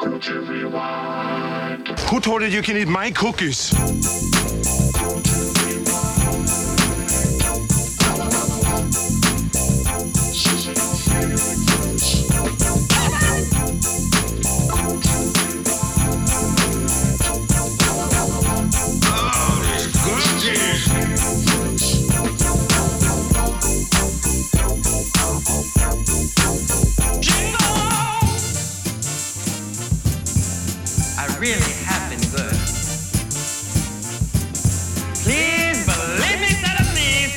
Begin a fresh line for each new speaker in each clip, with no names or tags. to rewind.
Who told you you can eat my cookies?
I really have been good. Please believe me, instead of me.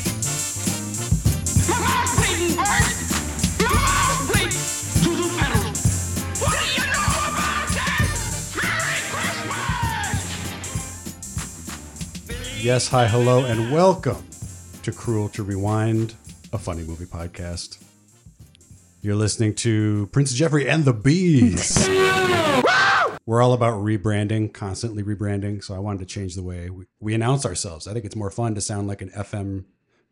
My mouth bleeding, Bert! My mouth bleeding! Voodoo pedals! What do you know about this? Merry Christmas!
Yes, hi, hello, and welcome to Cruel to Rewind, a funny movie podcast. You're listening to Prince Jeffrey and the Bees. We're all about rebranding, constantly rebranding. So I wanted to change the way we, we announce ourselves. I think it's more fun to sound like an FM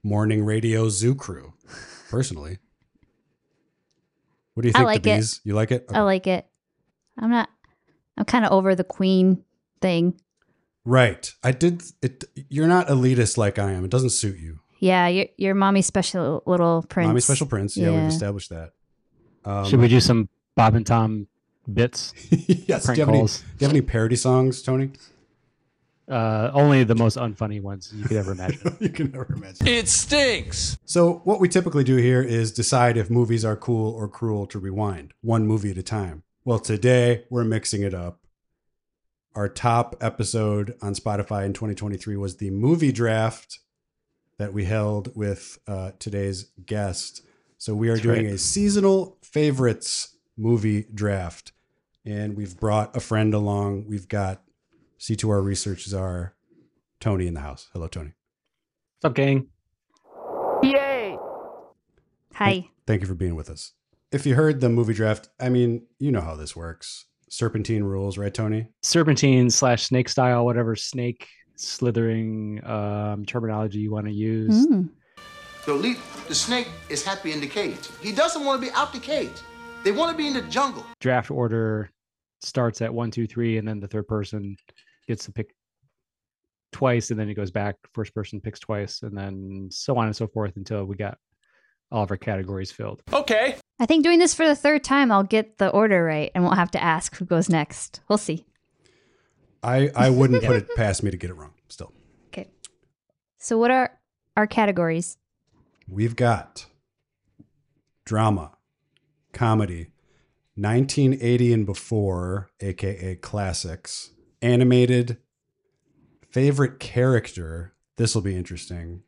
morning radio zoo crew, personally. What do you
I
think,
like
the
it.
Bees? You like it?
I like it. I'm not. I'm kind of over the Queen thing.
Right. I did it. You're not elitist like I am. It doesn't suit you.
Yeah, your your mommy's special little prince.
Mommy Special Prince. Yeah,
Yeah.
we've established that. Um,
Should we do some Bob and Tom bits?
yes. Do
Prank
you, have any, do
calls?
you have any parody songs, Tony?
Uh, only the most unfunny ones you could ever imagine.
you can never imagine. It stinks. So what we typically do here is decide if movies are cool or cruel to rewind, one movie at a time. Well, today we're mixing it up. Our top episode on Spotify in 2023 was the movie draft that we held with uh, today's guest. So we are doing a seasonal favorites movie draft, and we've brought a friend along. We've got C2R Research czar Tony in the house. Hello, Tony.
What's up, gang?
Hi.
Thank you for being with us. If you heard the movie draft, I mean, you know how this works. Serpentine rules, right, Tony?
Serpentine slash snake style, whatever snake slithering um, terminology you want to use.
Mm.
The leap, the snake is happy in the cage. He doesn't want to be out the cage. They want to be in the jungle.
Draft order starts at one, two, three, and then the third person gets to pick twice, and then it goes back. First person picks twice, and then so on and so forth until we got all of our categories filled.
I think doing this for the third time, I'll get the order right and won't have to ask who goes next. We'll see.
I, I wouldn't put it past me to get it wrong still.
Okay. So what are our categories?
We've got drama, comedy, 1980 and before, aka classics, animated, favorite character. This will be interesting.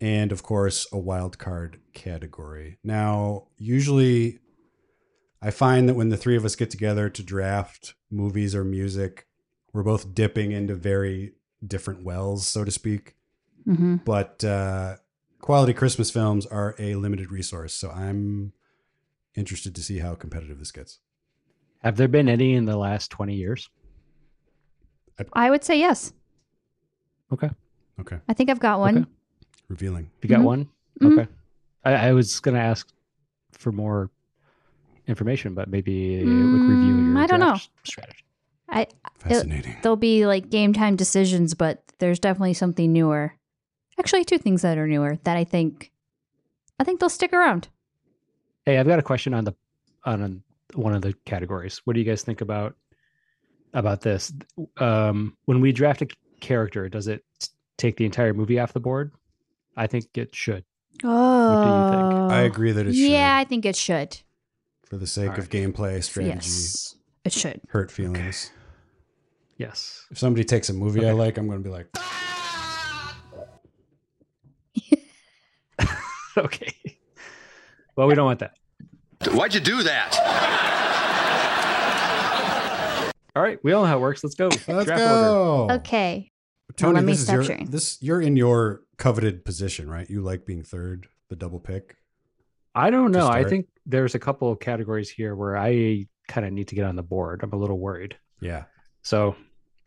And of course, a wild card category. Now, usually I find that when the three of us get together to draft movies or music, we're both dipping into very different wells, so to speak
Mm-hmm.
but uh, quality Christmas films are a limited resource. So I'm interested to see how competitive this gets.
Have there been any in the last 20 years?
I would say yes.
Okay.
Okay,
I think I've got one.
Okay.
revealing.
You got
Mhm.
one?
Mhm.
Okay. I, I was going to ask for more information, but maybe it would review
Mm,
your
I don't
draft s- strategy.
I
Fascinating.
there'll be like game time decisions, but there's definitely something newer. Actually, two things that are newer that I think, I think they'll stick around.
Hey, I've got a question on the on an- one of the categories. What do you guys think about about this? Um, when we draft a c- character, does it t- take the entire movie off the board? I think it should.
Oh,
I agree that it should,
Yeah, I think it should.
for the sake of
Alright.
gameplay, strategy,
Yes, it should.
hurt feelings.
Yes.
If somebody takes a movie I like, I'm going to be like,
okay. Well, we don't want that.
Why'd you do that?
All right, we all know how it works. Let's go.
"Let's
Draft order.
go."
Okay.
Tony,
Let me
this is
stop
your
sharing.
this. You're in your coveted position, right? You like being third, the double pick.
I don't
to
know. I
start?
think there's a couple of categories here where I kind of need to get on the board. I'm a little worried.
Yeah.
So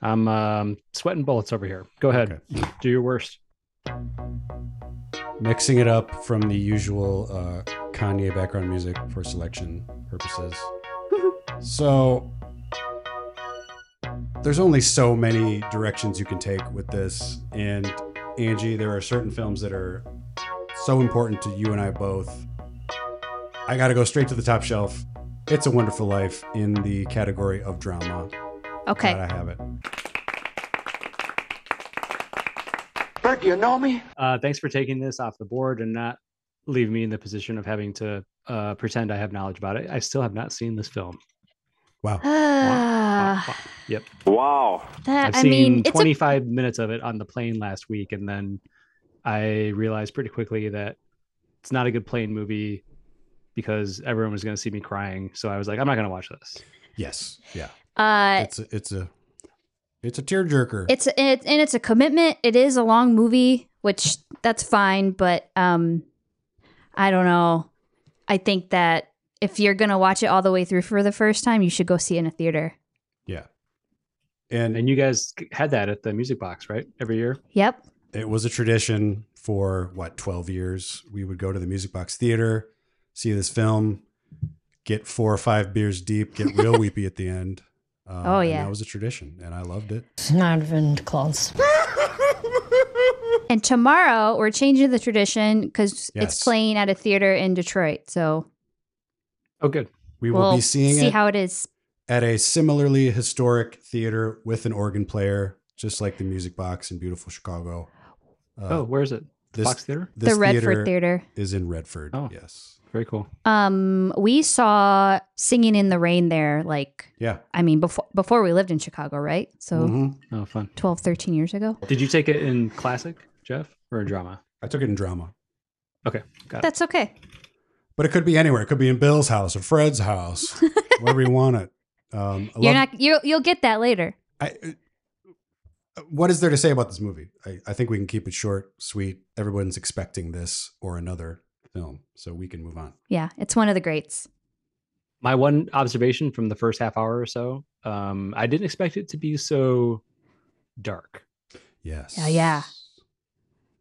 I'm um, sweating bullets over here. Go ahead. Do your worst.
mixing it up from the usual uh, Kanye background music for selection purposes. so there's only so many directions you can take with this. And Angie, there are certain films that are so important to you and I both. I got to go straight to the top shelf. It's a Wonderful Life in the category of drama.
Okay.
Glad I have it.
Bert, do you know me?
Uh, thanks for taking this off the board and not leaving me in the position of having to uh, pretend I have knowledge about it. I still have not seen this film.
Wow.
Ah,
Yep.
Wow.
that,
I've
I
seen
mean, it's a,
25 minutes of it on the plane last week, and then I realized pretty quickly that it's not a good plane movie because everyone was going to see me crying. So I was like, I'm not going to watch this.
Yes. Yeah.
uh,
It's a, it's a it's a tearjerker.
it's it, and it's a commitment. It is a long movie, which that's fine, but um, I don't know. I think that if you're gonna watch it all the way through for the first time, you should go see it in a theater.
yeah. And,
And you guys had that at the music box, right? Every year.
Yep.
it was a tradition for what 12 years. We would go to the Music Box Theater, see this film, get four or five beers deep, get real weepy at the end. Um,
Oh,
and
yeah.
that was a tradition, and I loved it.
Snarvend claws.
And tomorrow we're changing the tradition because
Yes.
it's playing at a theater in Detroit. So
Oh, good.
We
we
will be seeing
see
it
how it is.
at a similarly historic theater with an organ player, just like the Music Box in beautiful Chicago. Uh,
oh, where is it? The
this-
Fox Theater.
this
the Redford Theater.
is in Redford.
Oh.
Yes.
Very cool.
Um, we saw Singing in the Rain there, like
Yeah.
I mean, before before we lived in Chicago, right? So
Mhm.
Oh, fun.
twelve, thirteen 12, 13 years ago.
Did you take it in classic, Jeff, or in drama?
I took it in drama.
Okay, got it.
That's okay.
But it could be anywhere. It could be in Bill's house or Fred's house, wherever you want it. Um, I
You're
love-
not you you'll get that later.
I, uh, what is there to say about this movie? I, I think we can keep it short, sweet. Everyone's expecting this or another film, so we can move on.
Yeah, it's one of the greats.
My one observation from the first half hour or so, um, I didn't expect it to be so dark.
Yes.
Yeah, yeah.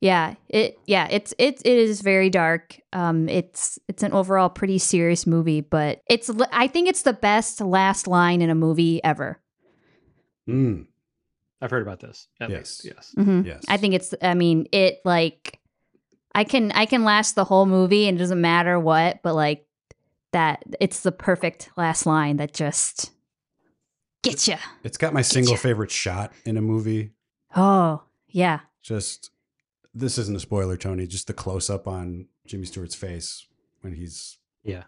Yeah, it yeah, it's it it is very dark. Um it's it's an overall pretty serious movie, but it's li- I think it's the best last line in a movie ever.
Mm,
I've heard about this. At
Yes.
least, yes.
Mhm.
yes.
I think it's I mean, it like I can I can last the whole movie and it doesn't matter what, but like that it's the perfect last line that just gets you.
it's got my single favorite shot in a movie.
Oh, yeah.
Just this isn't a spoiler, Tony. Just the close up on Jimmy Stewart's face when he's
Yeah.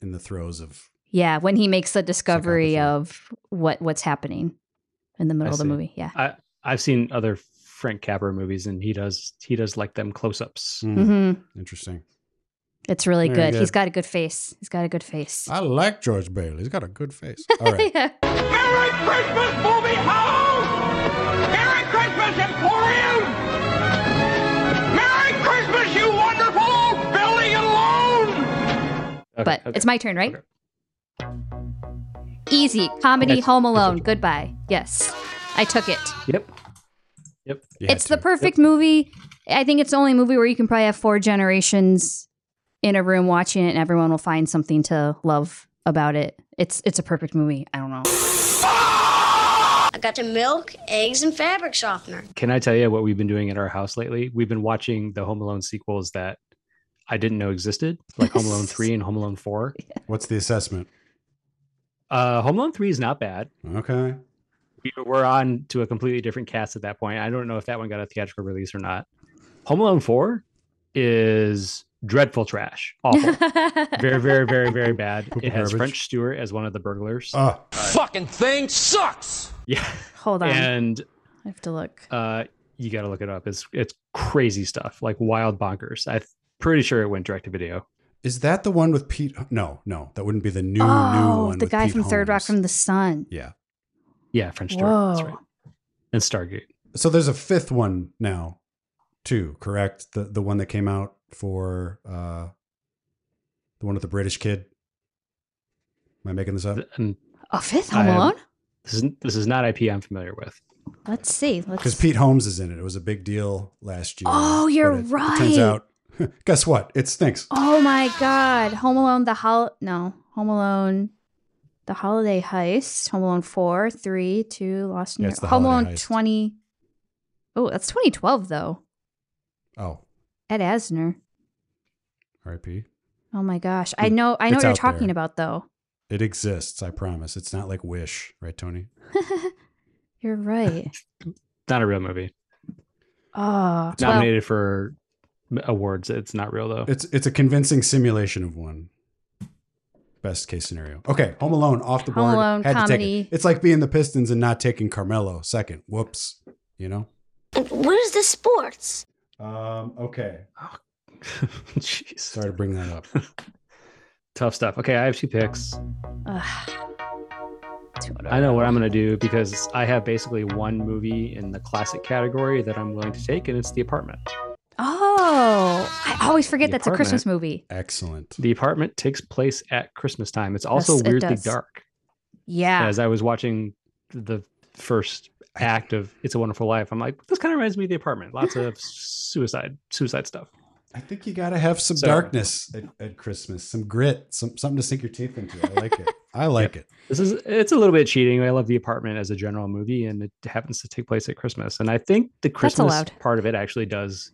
in the throes of
Yeah, when he makes the discovery
Psychopathy.
of what what's happening in the middle
I
of the
see.
movie. Yeah.
I I've seen other Frank Capra movies, and he does he does like them close ups.
Mm,
hmm
interesting.
It's really
Very
good. He's
good.
got a good face. He's got a good face.
Ah,
I like George Bailey. He's got a good face. All right.
yeah.
Merry Christmas, movie house! Merry Christmas, Emporium! Merry Christmas, you wonderful old building alone!
Okay,
But
okay.
it's my turn, right?
Okay.
Easy comedy,
That's-
Home
that's
Alone.
it.
Goodbye. Yes, I took it.
Yep. Yep.
You had
it's the
to.
perfect movie. I think it's the only movie where you can probably have four generations in a room watching it, and everyone will find something to love about it. It's it's a perfect movie. I don't know.
I got the milk, eggs, and fabric softener.
Can I tell you what we've been doing at our house lately? We've been watching the Home Alone sequels that I didn't know existed, like Home Alone three and Home Alone four.
What's the assessment?
Uh, Home Alone three is not bad.
Okay.
we were on to a completely different cast at that point. I don't know if that one got a theatrical release or not. Home Alone 4 is dreadful trash. Awful. very, very, very, very bad.
Poop
It has
garbage.
French Stewart as one of the burglars.
Oh,
Fucking thing sucks!
yeah.
Hold on,
And
I have to look.
uh you gotta look it up. It's it's crazy stuff, like wild bonkers. I'm pretty sure it went direct to video.
Is that the one with Pete? No, no, that wouldn't be the new new one.
Oh, the
with
guy
Pete
from Third Rock
Holmes.
from the Sun.
yeah.
Yeah, French Stewart.
Whoa.
That's right. And Stargate.
So there's a fifth one now, too. Correct the the one that came out for uh, the one with the British kid. Am I making this up?
And
A fifth
I
Home
am-
Alone?
this is this is not IP I'm familiar with.
Let's see.
Because
Let's.
Pete Holmes is in it. It was a big deal last year.
Oh, you're
but it- It turns
right.
out. Guess what? It stinks.
oh my God! Home Alone, the hol. No, Home Alone, The Holiday Heist, Home Alone 4, 3, 2, Lost in
Yeah,
New
it's The
York. Home
Holiday
Alone
Heist.
20. Oh, that's 2012, though.
Oh,
Ed Asner.
R.I.P.
Oh my gosh. I know I
It's
know what you're
out
talking
there.
about though.
It exists. I promise. It's not like Wish, right, Tony?
You're right.
Not a real movie.
Oh, well,
Nominated for awards. It's not real though.
It's it's a convincing simulation of one. Best case scenario. Okay, Home Alone off the
Home
board.
Alone,
Had to take it.
comedy.
It's like being the Pistons and not taking Carmelo second. Whoops. You know.
What is this sports?
Um. Okay.
Jeez.
Sorry to bring that up.
Tough stuff. Okay, I have two picks.
ugh.
I know what I'm going to do because I have basically one movie in the classic category that I'm willing to take, and it's The Apartment.
Oh, I always forget
The
that's a Christmas
Apartment.
movie.
Excellent.
The Apartment takes place at Christmas time. It's also
Yes, it
weirdly
does.
dark.
Yeah.
As I was watching the first act of It's a Wonderful Life, I'm like, this kind of reminds me of The Apartment. Lots of suicide, suicide stuff.
I think you gotta have some
So-
darkness at, at Christmas, some grit, some something to sink your teeth into. I like it. I like it.
This is it's a little bit cheating. I love The Apartment as a general movie, and it happens to take place at Christmas. And I think the Christmas
allowed.
part of it actually does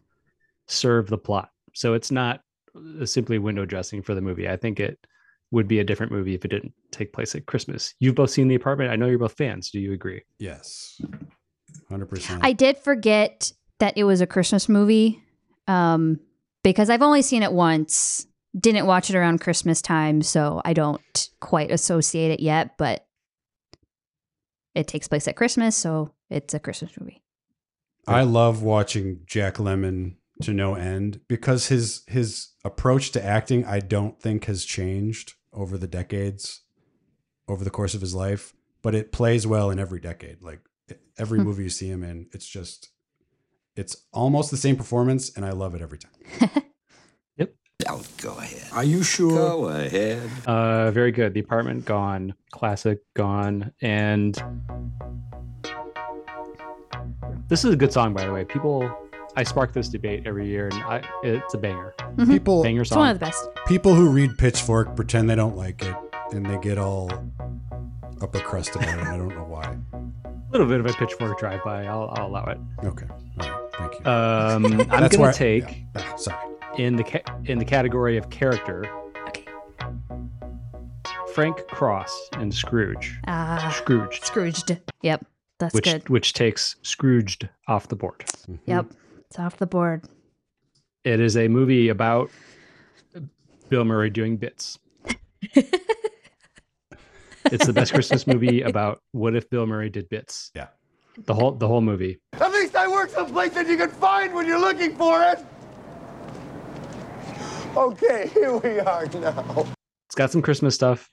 serve the plot. So it's not uh, simply window dressing for the movie. I think it would be a different movie if it didn't take place at Christmas. You've both seen The Apartment. I know you're both fans. Do you agree?
Yes. Hundred percent.
I did forget that it was a Christmas movie um, because I've only seen it once. Didn't watch it around Christmas time, so I don't quite associate it yet, but it takes place at Christmas, so it's a Christmas movie.
I love watching Jack Lemon to no end because his his approach to acting I don't think has changed over the decades, over the course of his life, but it plays well in every decade. Like e, every
Hmm.
movie you see him in, it's just it's almost the same performance and I love it every time.
Go ahead. Are you sure? Go ahead.
Uh, very good. The Apartment gone, classic gone, and this is a good song, by the way. People, I spark this debate every year, and I, it's a banger.
People
Hmm. banger
It's one
song.
of the best.
people who read Pitchfork pretend they don't like it and they get all upper crust about it. and I don't know why.
A little bit of a pitchfork drive-by. I'll, I'll allow it.
Okay. All right. Thank you.
Um, I'm
That's
gonna
where I-
take
yeah. Ah, sorry.
in the ca- in the category of character. Frank Cross and Scrooge.
Ah,
Scrooged,
Scrooged. Yep, that's
which
good.
which takes Scrooged off the board.
Yep, it's off the board.
It is a movie about Bill Murray doing bits. it's the best Christmas movie about what if Bill Murray did bits.
Yeah.
The whole the whole movie.
At least I work someplace that you can find when you're looking for it. Okay, here we are now.
It's got some Christmas stuff.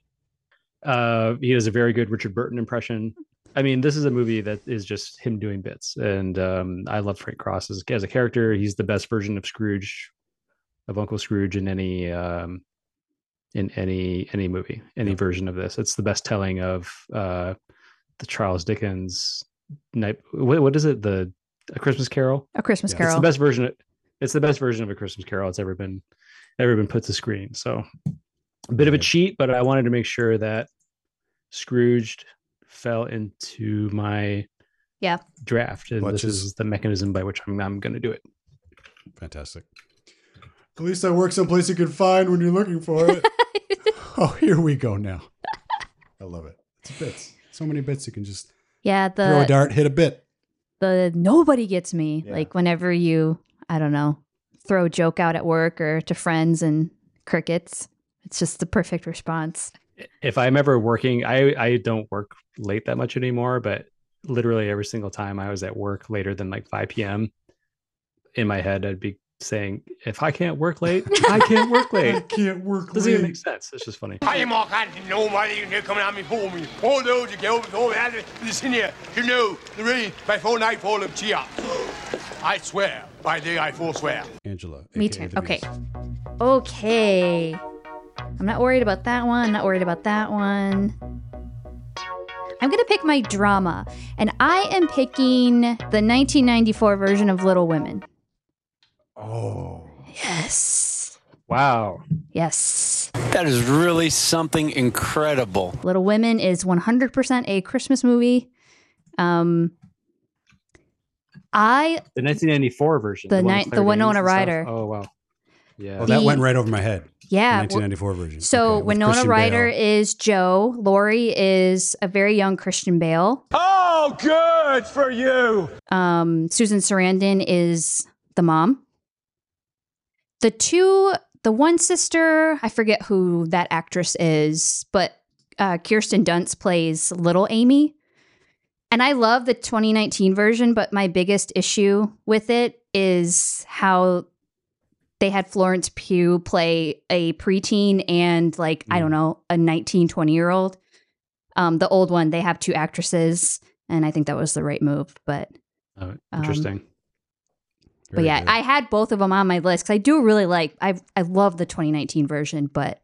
Uh he does a very good Richard Burton impression. I mean, this is a movie that is just him doing bits. And um I love Frank Cross as, as a character. He's the best version of Scrooge of Uncle Scrooge in any um in any any movie, any version of this. It's the best telling of uh the Charles Dickens night what, what is it? The a Christmas Carol?
A Christmas
Yeah, it's the
It's
Carol.
the best version. Of, it's the best version of a Christmas Carol it's ever been ever been put to screen. So a bit of a cheat, but I wanted to make sure that Scrooged fell into my
Yeah.
draft, and this
Clutches.
is the mechanism by which I'm, I'm going to do it.
Fantastic. At least I work someplace you can find when you're looking for it. oh, here we go now. I love it. It's bits. So many bits you can just
Yeah,
throw a
the
dart, hit a bit.
the nobody gets me.
Yeah.
Like whenever you, I don't know, throw a joke out at work or to friends and crickets. It's just the perfect response.
If I'm ever working, I I don't work late that much anymore, but literally every single time I was at work later than like 5 p.m. in my head, I'd be saying, "If I can't work late, I can't work late."
can't work
Doesn't even make sense. It's just funny.
I am all kinds of nobody in here coming at me for me. All those who go before me, listen here. er You know, the rain before nightfall of cheer. I swear, by day I forswear.
Angela.
Me
aka
too.
the
Okay.
Beast.
Okay. I'm not worried about that one. Not worried about that one. I'm going to pick my drama, and I am picking the 1994 version of Little Women.
Oh.
Yes.
Wow.
Yes.
That is really something incredible.
Little Women is 100% a Christmas movie. Um, I
The 1994 version.
The
one
ni-
with
the
Claire
Winona
Danes and stuff.
Ryder.
Oh wow. Yeah.
Oh, that
The-
went right over my head.
Yeah,
The 1994 version.
So
Okay, with
Winona
Christian
Ryder
Bale.
is Joe. Lori is a very young Christian Bale.
Oh, good for you.
Um, Susan Sarandon is the mom. The two, the one sister, I forget who that actress is, but uh, Kirsten Dunst plays little Amy. And I love the 2019 version, but my biggest issue with it is how they had Florence Pugh play a preteen and like I don't know a 19 20 year old um the old one they have two actresses and I think that was the right move but
Oh,
um,
interesting.
but yeah I had both of them on my list cuz I do really like I I love the 2019 version but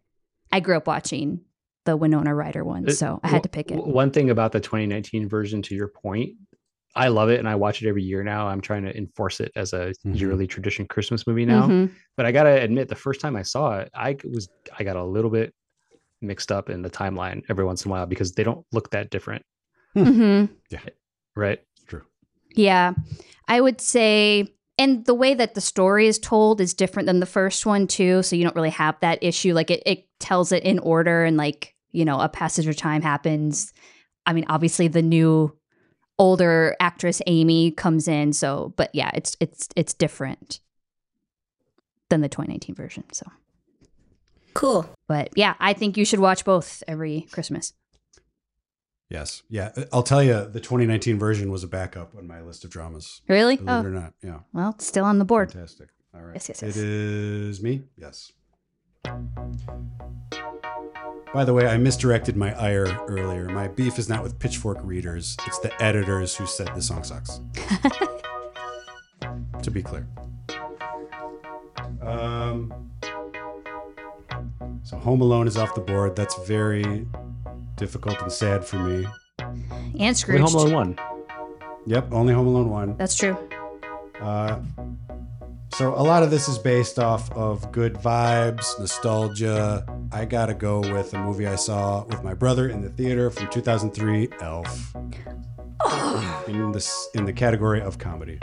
I grew up watching the Winona Ryder one
It-
um, so I had to
w-
pick it
w- One thing about the 2019 version, to your point, I love it and I watch it every year now. I'm trying to enforce it as a yearly tradition Christmas movie now.
Mhm.
But I gotta admit, the first time I saw it, I was I got a little bit mixed up in the timeline every once in a while because they don't look that different,
Mhm.
right?
True.
Yeah. I would say and the way that the story is told is different than the first one too, so you don't really have that issue like it it tells it in order and like, you know, a passage of time happens. I mean, obviously the new older actress Amy comes in, so but yeah, it's it's it's different than the 2019 version, so.
Cool.
But yeah, I think you should watch both every Christmas.
Yes. Yeah. I'll tell you, the 2019 version was a backup on my list of dramas.
Really?
Believe
Oh.
it or not. Yeah.
Well, it's still on the board.
Fantastic. All right.
Yes, yes,
It
yes.
is me. Yes. By the way, I misdirected my ire earlier. My beef is not with pitchfork readers, it's the editors who said the song sucks. to be clear. Um, so Home Alone is off the board. That's very difficult and sad for me.
And
Only
Scrooge.
Home Alone one.
Yep, only Home Alone 1.
That's true.
Uh, so a lot of this is based off of good vibes, nostalgia. I gotta go with a movie I saw with my brother in the theater from 2003, Elf. In this, in the category of comedy.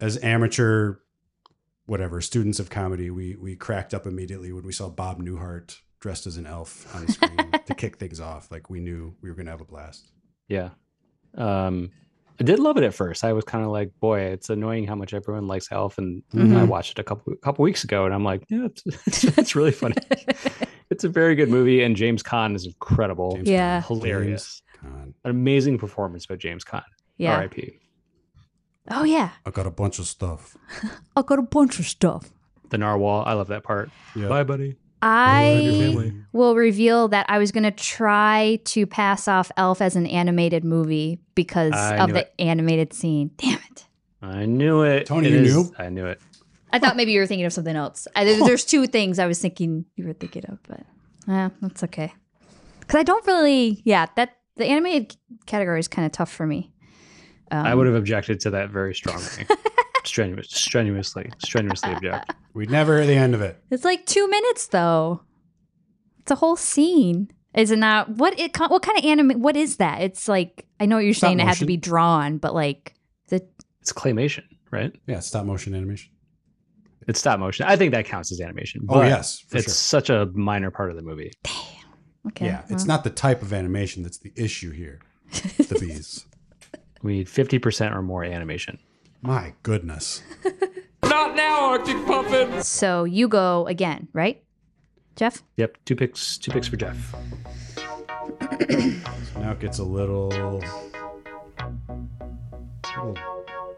As amateur, whatever students of comedy, we we cracked up immediately when we saw Bob Newhart dressed as an elf on screen to kick things off. Like we knew we were gonna have a blast.
Yeah. Um, I did love it at first. I was kind of like, boy, it's annoying how much everyone likes Elf. And I
Mm-hmm.
Mhm.
watched it a couple couple weeks ago, and I'm like, yeah, it's, it's, it's really funny. it's a very good movie, and James Caan is incredible.
James Yeah. Caan.
hilarious.
An
amazing performance by James Caan.
Yeah.
R.I.P.
Oh yeah.
I got a bunch of stuff.
I got a bunch of stuff.
The narwhal. I love that part. Bye, buddy.
I will reveal that I was going to try to pass off Elf as an animated movie because
I
of
knew
the
it.
animated scene. Damn it.
I knew it.
Tony,
It
you
is-
knew?
I knew it.
I thought maybe you were thinking of something else. I, there- there's two things I was thinking you were thinking of, but eh, that's okay. Because I don't really, yeah, that the animated c- category is kind of tough for me. Um,
I would have objected to that very strongly. Strenuous, strenuously, strenuously object.
We'd never hear the end of it.
It's like two minutes though. It's a whole scene. Is it not? What it? What kind of anime? What is that? It's like I know what you're
Stop
saying. It had to
motion.
be drawn, but like the
It's claymation, right?
Yeah, stop motion animation.
It's stop motion. I think that counts as animation.
Oh,
but
yes, for
it's
sure.
such a minor part of the movie.
okay.
yeah, it's
well.
not the type of animation that's the issue here. The bees.
We need fifty percent or more animation.
My goodness.
Not now, Arctic Puffin.
So you go again, right, Jeff?
Yep, two picks, two picks for Jeff.
So now it gets a little, little-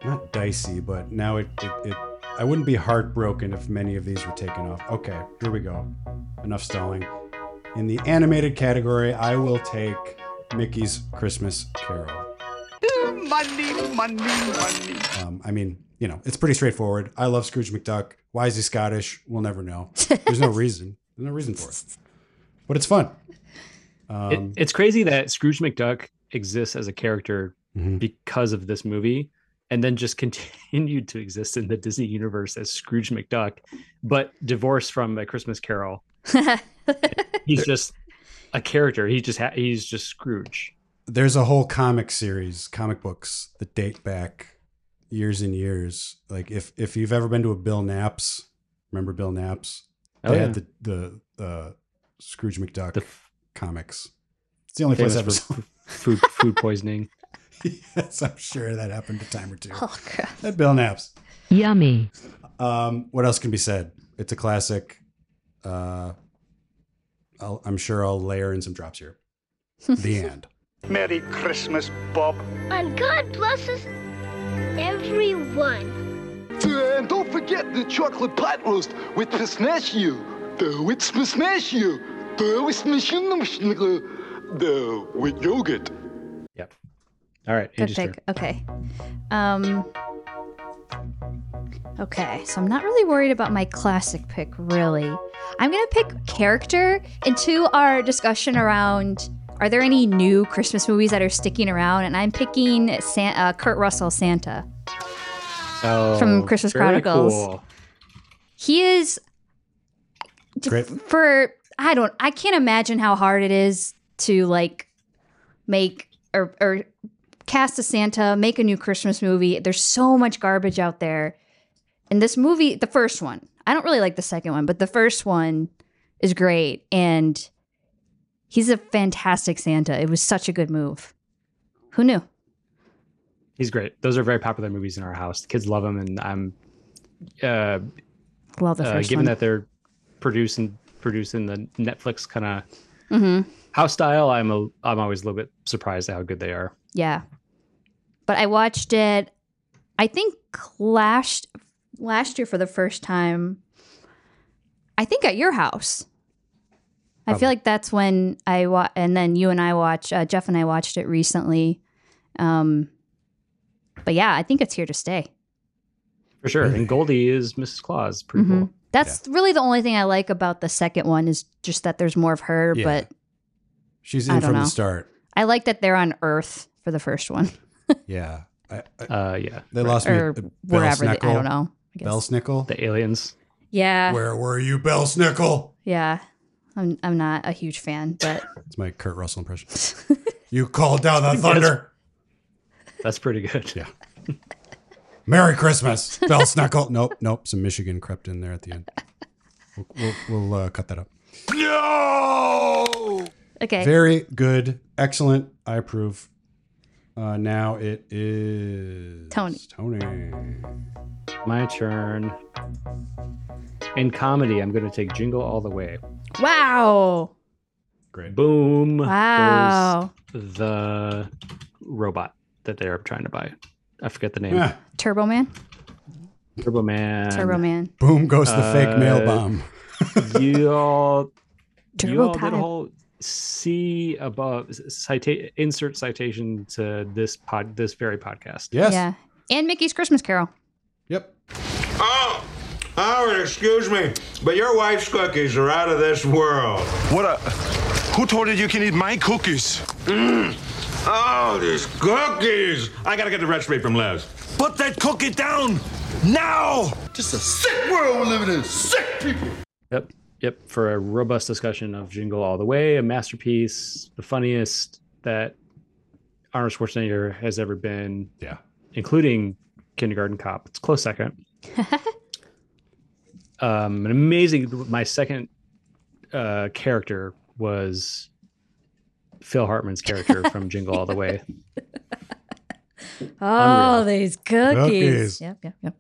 not dicey, but now it, it, it I wouldn't be heartbroken if many of these were taken off. Okay, here we go. Enough stalling. In the animated category, I will take Mickey's Christmas Carol.
Money, money, money.
Um, I mean, you know, it's pretty straightforward. I love Scrooge McDuck. Why is he Scottish? We'll never know. There's no reason. There's no reason for it. But it's fun.
It-
Um,
it's crazy that Scrooge McDuck exists as a character
Mm-hmm.
because of this movie and then just continued to exist in the Disney universe as Scrooge McDuck, but divorced from A Christmas Carol. he's just a character. He just ha- he's just Scrooge.
There's a whole comic series, comic books that date back years and years. Like if if you've ever been to a Bill Knapps, remember Bill Knapps? They
Oh,
had
yeah.
the the uh, Scrooge McDuck comics. It's the only place
Famous
I've ever
for food food poisoning.
yes, I'm sure that happened a time or two. Oh god, that Bill Knapps.
Yummy.
Um, what else can be said? It's a classic. Uh, I'll, I'm sure I'll layer in some drops here. The end.
Merry Christmas, Bob.
And God blesses everyone.
And don't forget the chocolate pot roast with pistachio. Though it's pistachio. Though it's missionary. Though with yogurt.
All right,
Good
Angie's turn.
pick. Okay. Um. Okay, so I'm not really worried about my classic pick, really. I'm gonna pick character into our discussion around are there any new Christmas movies that are sticking around? And I'm picking San- uh, Kurt Russell Santa.
Oh,
From Christmas
very
Chronicles.
cool.
He is
Great.
for I don't I can't imagine how hard it is to like make or or cast a Santa, make a new Christmas movie. There's so much garbage out there. And this movie, the first one, I don't really like the second one, but the first one is great and he's a fantastic Santa. It was such a good move. Who knew?
He's great. Those are very popular movies in our house. The kids love them, and I'm uh,
Love the
uh,
first
given
one.
that they're producing producing the Netflix kind of
Mm-hmm.
house style. I'm a I'm always a little bit surprised at how good they are.
Yeah. But I watched it I think last last year for the first time. I think at your house. I
Probably.
feel like that's when I wa- and then you and I watch uh, Jeff and I watched it recently. Um but yeah, I think it's here to stay.
For sure. And Goldie is Mrs. Claus. Pretty
Mhm.
cool.
That's really the only thing I like about the second one is just that there's more of her,
Yeah.
but
She's
I
in
don't
from
know.
the start.
I like that they're on Earth for the first one.
Yeah. I, I,
Mm-hmm.
uh, yeah.
They lost
Or
me. at Bell
wherever they- I
Snickle.
don't know, I guess.
Bell Snickle.
The aliens.
Yeah.
Where were you, Bell Snickle?
Yeah. I'm I'm not a huge fan, but
It's my Kurt Russell impression. you called down the thunder.
That's pretty good.
Yeah. Merry Christmas, Bell Snickle. Nope, nope. Some Michigan crept in there at the end. We'll, we'll, we'll uh, cut that up.
No!
Okay.
Very good. Excellent. I approve. Uh, now it is
Tony.
Tony.
My turn. In comedy, I'm going to take Jingle All the Way.
Wow.
Boom. goes
Wow.
The robot that they're trying to buy. I forget the name.
Yeah.
Turbo Man?
Turbo Man.
Turbo Man.
Boom goes the fake mail bomb.
you all, you
Turbo
all did
time.
a whole C above cita- insert citation to this pod this very podcast.
Yeah. And Mickey's Christmas Carol.
Oh, Howard, excuse me, but your wife's cookies are out of this world. What a. Who told you you can eat my cookies?
Mm. Oh, these cookies! I gotta get the recipe from Les. Put that cookie down! Now!
Just a sick world we're living in. Sick people.
Yep. Yep. For a robust discussion of Jingle All the Way, a masterpiece, the funniest that Arnold Schwarzenegger has ever been.
Yeah.
Including Kindergarten Cop. It's a close second. um, an amazing. My second uh, character was Phil Hartman's character from Jingle All the Way.
Oh, these cookies.
Cookies.
Yep, yep, yep.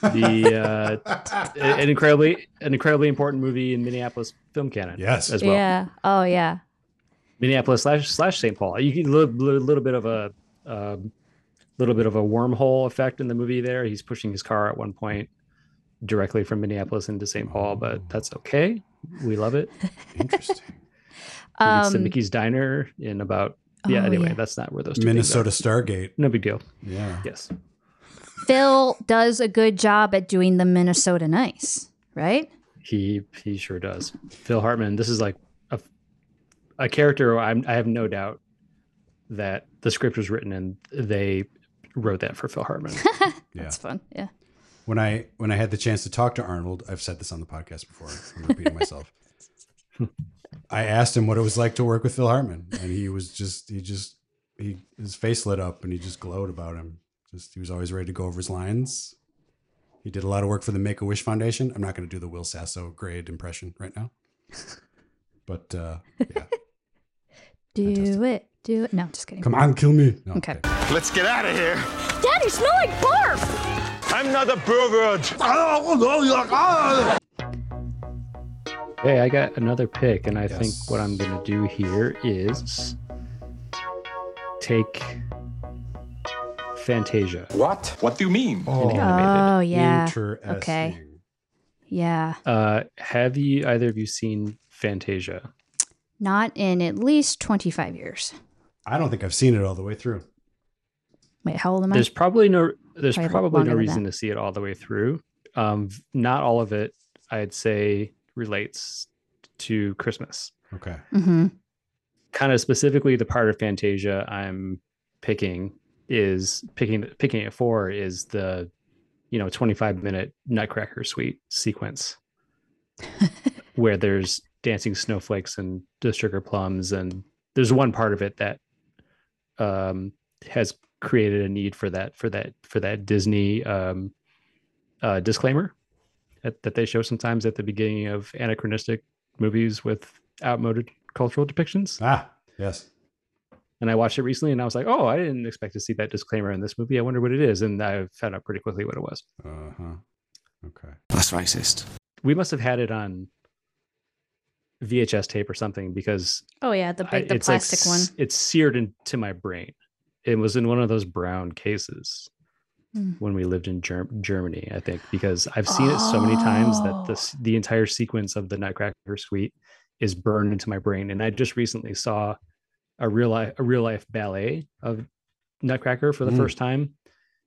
The uh, an incredibly an incredibly important movie in Minneapolis film canon.
Yes.
As well.
Yeah. Oh, yeah.
Minneapolis slash slash St. Paul. You can little, little, little bit of a um, little bit of a wormhole effect in the movie. There, he's pushing his car at one point directly from Minneapolis into St. Paul, but that's okay. We love it.
Interesting.
he gets to
Um,
Mickey's Diner in about yeah.
Oh,
Anyway,
yeah.
that's not where those two things are.
Minnesota Stargate.
No big deal.
Yeah.
Yes.
Phil does a good job at doing the Minnesota nice, right?
He he sure does. Phil Hartman. This is like a a character. I'm, I have no doubt that the script was written and they wrote that for Phil Hartman.
That's fun. Yeah.
When I when I had the chance to talk to Arnold, I've said this on the podcast before. I'm repeating myself. I asked him what it was like to work with Phil Hartman, and he was just he just he his face lit up and he just glowed about him. Just he was always ready to go over his lines. He did a lot of work for the Make a Wish Foundation. I'm not going to do the Will Sasso grade impression right now, but uh,
Do it. Do it. No, just kidding.
come on, kill me. No.
Okay.
Let's get out of here.
Dad, you smell like barf.
I'm not a pervert.
Hey, I got another pick, and I think what I'm going to do here is take Fantasia. What? What do you mean?
Oh, yeah. Okay. Yeah.
Uh, have you either of you seen Fantasia?
Not in at least 25 years.
I don't think I've seen it all the way through.
Wait, how old am I?
There's probably no there's
Probably
probably
longer
no
than
reason
that.
to see it all the way through. Um, v- not all of it, I'd say, relates to Christmas.
Okay.
Mm-hmm.
Kind of specifically, the part of Fantasia I'm picking is picking picking it for is the you know 25 minute Nutcracker Suite sequence where there's dancing snowflakes and the sugar plums and there's one part of it that um, has created a need for that for that for that Disney um, uh, disclaimer at, that they show sometimes at the beginning of anachronistic movies with outmoded cultural depictions.
Ah, yes.
And I watched it recently, and I was like, "Oh, I didn't expect to see that disclaimer in this movie. I wonder what it is." And I found out pretty quickly what it was.
Uh huh. Okay.
That's racist. We must have had it on VHS tape or something because
Oh, yeah. The
I-
big, the
it's like
plastic
s- It's seared into my brain. It was in one of those brown cases
one. Mm.
when we lived in Ger- Germany, I think, because I've seen it so many times that the s- the entire sequence of the Nutcracker Suite is burned into my brain. And I just recently saw a real life a real life ballet of Nutcracker for the
Mm.
first time.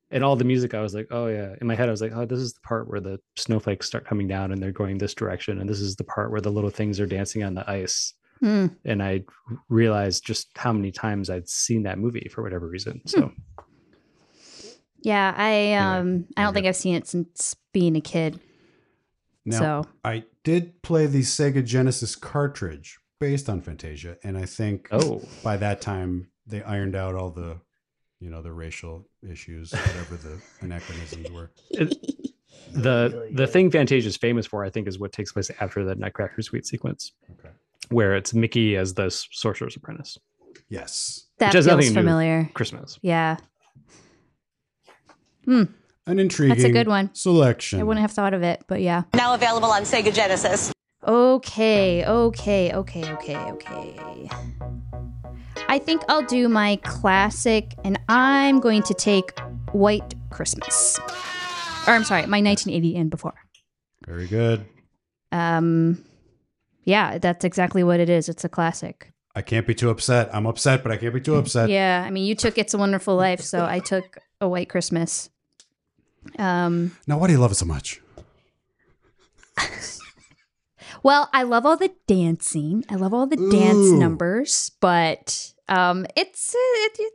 And all the music, I was like, oh yeah. In my head, I was like, oh, this is the part where the snowflakes start coming down and they're going this direction, and this is the part where the little things are dancing on the ice
Mm.
and I realized just how many times I'd seen that movie for whatever reason. So
Hmm. Yeah. I um, I don't think I've seen it since being a kid.
Now,
So,
I did play the Sega Genesis cartridge based on Fantasia, and I think
Oh.
by that time they ironed out all the, you know, the racial issues, whatever the anachronisms were.
it- the the thing Fantasia is famous for, I think, is what takes place after the Nutcracker Suite sequence, where it's Mickey as the Sorcerer's Apprentice.
Yes,
That feels familiar.
Christmas.
yeah. Hmm.
An intriguing
That's a good one.
selection.
I wouldn't have thought of it, but yeah.
Now available on Sega Genesis.
Okay, okay, okay, okay, okay. I think I'll do my classic, and I'm going to take White Christmas. Or I'm sorry, my 1980 and before.
Very good.
Um, yeah, that's exactly what it is. It's a classic.
I can't be too upset. I'm upset, but I can't be too upset.
yeah, I mean, you took It's a Wonderful Life, so I took A White Christmas. Um,
Now, why do you love it so much?
Well, I love all the dancing. I love all the dance
Ooh.
numbers, but um, it's it, it, it-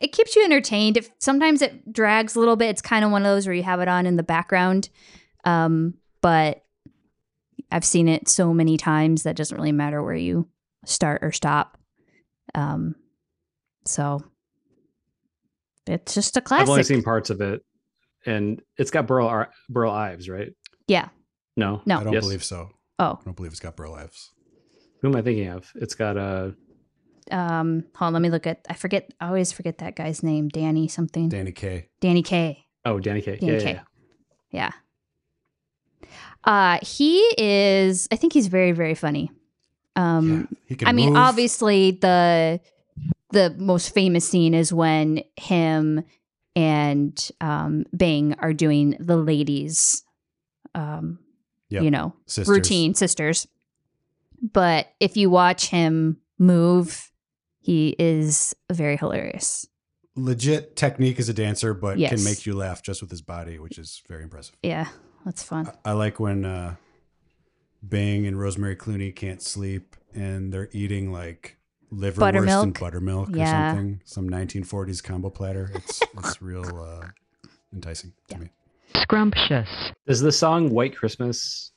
it keeps you entertained. If sometimes it drags a little bit, it's kind of one of those where you have it on in the background. Um, but I've seen it so many times that it doesn't really matter where you start or stop. Um, so it's just a
I've only
classic.
seen parts of it, and it's got Burl Ar- Burl Ives, right?
yeah.
No,
No. I don't
believe so.
Oh,
I don't believe it's got Burl Ives.
Who am I thinking of? It's got uh, a
um, hold on. Let me look at. I forget. I always forget that guy's name. Danny something.
Danny Kaye.
Danny Kaye.
oh Danny Kaye.
Danny
Yeah, yeah,
Kaye.
yeah.
Yeah. Uh, he is. I think he's very, very funny. Um,
he can
I mean,
move.
obviously the the most famous scene is when him and um, Bing are doing the ladies, um,
Yep.
you know,
Sisters.
routine sisters. But if you watch him move, he is very hilarious.
Legit technique as a dancer, but
Yes.
can make you laugh just with his body, which is very impressive.
Yeah, that's fun.
I like when uh, Bing and Rosemary Clooney can't sleep and they're eating like liverwurst and
Buttermilk.
buttermilk or
Yeah.
something, some 1940s combo platter. It's it's real uh, enticing to me.
Scrumptious. Does the song White Christmas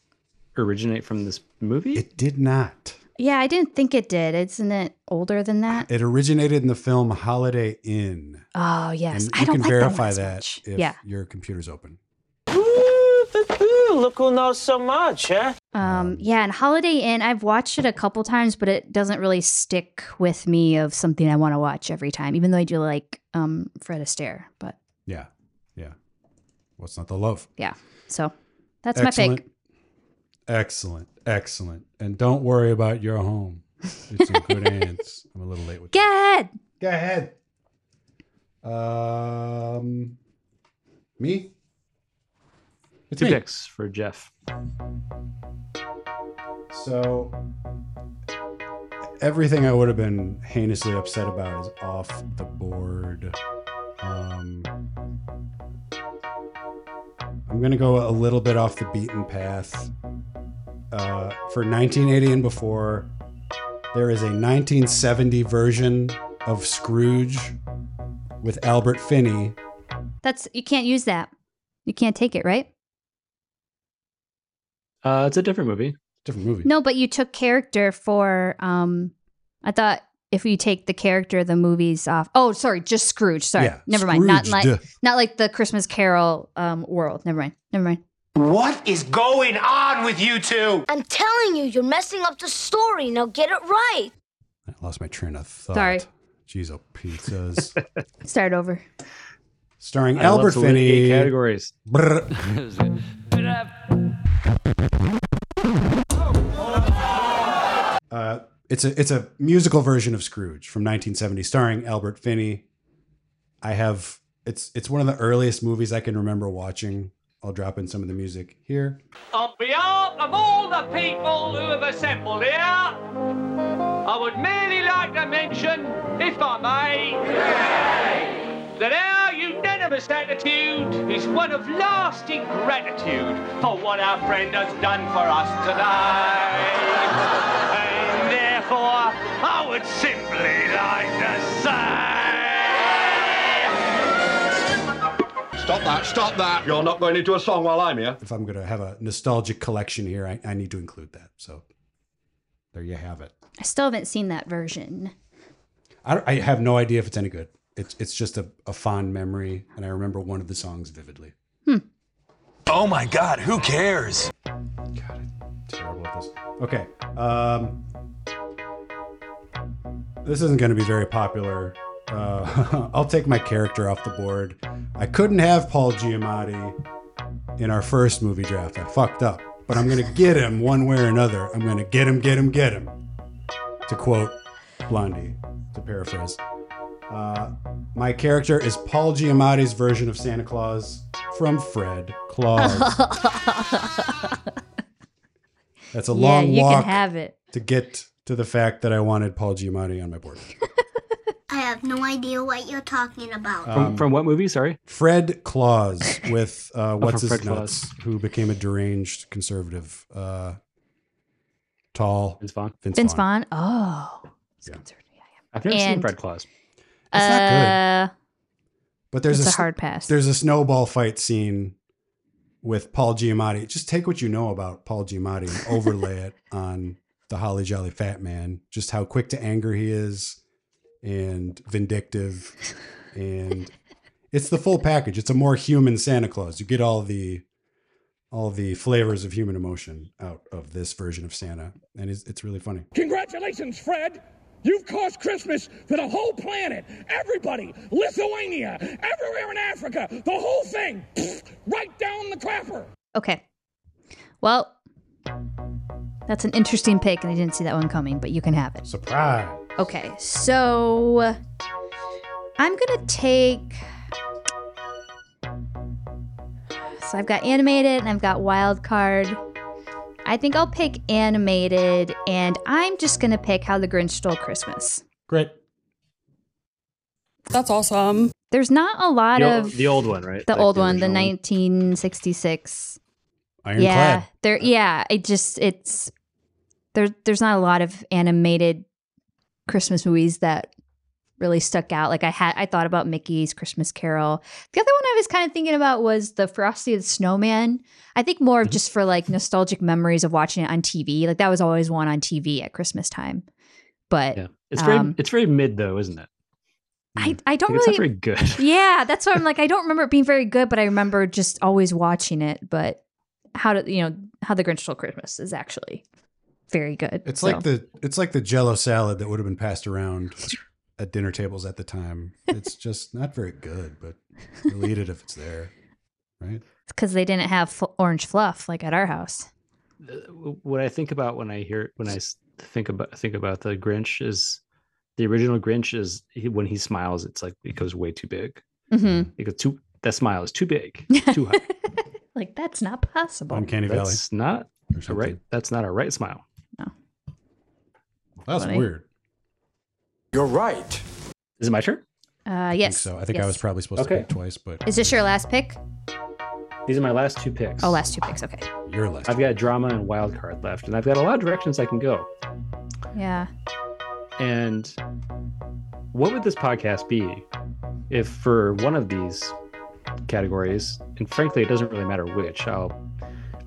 originate from this movie? It
did not.
Yeah, I didn't think it did. Isn't it older than that?
It originated in the film Holiday Inn.
Oh yes,
and
I
you
don't
can
like that,
verify
one as
that,
much.
if
yeah.
your computer's open.
Ooh, look who knows so much, huh?
Um, yeah, and Holiday Inn, I've watched it a couple times, but it doesn't really stick with me of something I want to watch every time, even though I do like um, Fred Astaire. But
Yeah, yeah. What's not the love?
yeah, so that's my
excellent,
pick.
Excellent, excellent. And don't worry about your home. It's in good hands. I'm a little late with.
Go ahead.
Go ahead. Um, me. It's
Two
me.
picks for Jeff.
So everything I would have been heinously upset about is off the board. Um, I'm gonna go a little bit off the beaten path. Uh, for 1980 and before, there is a 1970 version of Scrooge with Albert Finney.
That's you can't use that. You can't take it, right?
Uh, it's a different movie.
Different movie.
No, but you took character for. Um, I thought if you take the character, the movies off. Oh, sorry, just Scrooge. Sorry,
Yeah,
never mind. Not like
Scrooged.
not like the Christmas Carol um, world. Never mind. Never mind.
What is going on with you two?
I'm telling you, you're messing up the story. Now get it right.
I lost my train of thought.
Sorry.
Jeez, oh pizzas.
Start over.
Starring
I love
Albert
to litigate
Finney.
categories.
Brr. Uh, it's a it's a musical version of Scrooge from 1970, starring Albert Finney. I have it's it's one of the earliest movies I can remember watching. I'll drop in some of the music here.
On behalf of all the people who have assembled here, I would merely like to mention, if I may, that our unanimous attitude is one of lasting gratitude for what our friend has done for us tonight. And therefore, I would simply like to say.
Stop that, stop that. You're not going into a song while I'm here.
If I'm gonna have a nostalgic collection here, I, I need to include that. So there you have it.
I still haven't seen that version.
I, don't- I have no idea if it's any good. It's it's just a, a fond memory, and I remember one of the songs vividly.
Oh my god, who cares?
Terrible at this. Okay. Um, this isn't going to be very popular. Uh, I'll take my character off the board. I couldn't have Paul Giamatti in our first movie draft. I fucked up, but I'm going to get him one way or another. I'm going to get him, get him, get him. To quote Blondie, to paraphrase. Uh, my character is Paul Giamatti's version of Santa Claus from Fred Claus. That's a
Yeah,
long
you can
walk
have it.
to get to the fact that I wanted Paul Giamatti on my board.
I have no idea what you're talking about.
Um,
From what movie? Sorry.
Fred Claus with uh, what's
from
his
Fred
nuts, who became a deranged conservative, uh, tall Vince
Vaughn.
Vince,
Vince
Vaughn.
Vaughn. Oh,
I've never seen
And-
Fred Claus.
It's not good.
Uh,
But there's
It's a
s-
hard pass.
There's a snowball fight scene with Paul Giamatti. Just take what you know about Paul Giamatti and overlay it on the Holly Jolly Fat Man. Just how quick to anger he is, and vindictive, and it's the full package. It's a more human Santa Claus. You get all the all the flavors of human emotion out of this version of Santa, and it's, it's really funny.
Congratulations, Fred! You've caused Christmas for the whole planet, everybody, Lithuania, everywhere in Africa, the whole thing, right down the crapper.
Uh, okay. Well, that's an interesting pick, and I didn't see that one coming. But you can have it.
Surprise!
Okay, so I'm gonna take. So I've got animated and I've got wild card. I think I'll pick animated, and I'm just gonna pick How the Grinch Stole Christmas.
Great.
That's awesome. There's not a lot
The,
of
the old one, right?
the
Like
old one, the
original
1966. Yeah,
Ironclad.
there. Yeah, it just it's there. There's not a lot of animated Christmas movies that really stuck out. Like I had, I thought about Mickey's Christmas Carol. The other one I was kind of thinking about was the Frosty the Snowman. I think more
Mm-hmm.
of just for like nostalgic memories of watching it on TV. Like that was always one on TV at Christmas time. But
Yeah. It's very
um,
it's very mid though, isn't it?
I, I don't
Like, it's
really.
not very good.
yeah, that's what I'm like. I don't remember it being very good, but I remember just always watching it. But how do you know how the Grinch Stole Christmas is actually very good.
It's
So,
like the it's like the Jello salad that would have been passed around at dinner tables at the time. It's just not very good, but you'll eat it if it's there, right?
because they didn't have fl- orange fluff like at our house.
what I think about when I hear when I s- think about think about the Grinch is the original Grinch is he, when he smiles, it's like it goes way too big.
Mhm.
It goes too that smile is too big.
Like that's not possible.
That's not a right. That's not a right smile. No,
That's Funny. weird.
You're right. Is it my turn?
Uh, yes.
so I think I
yes.
was probably supposed
Okay.
to pick twice, but
Is this your last pick?
These are my last two picks.
Oh, last two picks. Okay.
Your last.
I've got drama and wild card left, and I've got a lot of directions I can go.
Yeah.
And what would this podcast be if for one of these categories, and frankly, it doesn't really matter which, I'll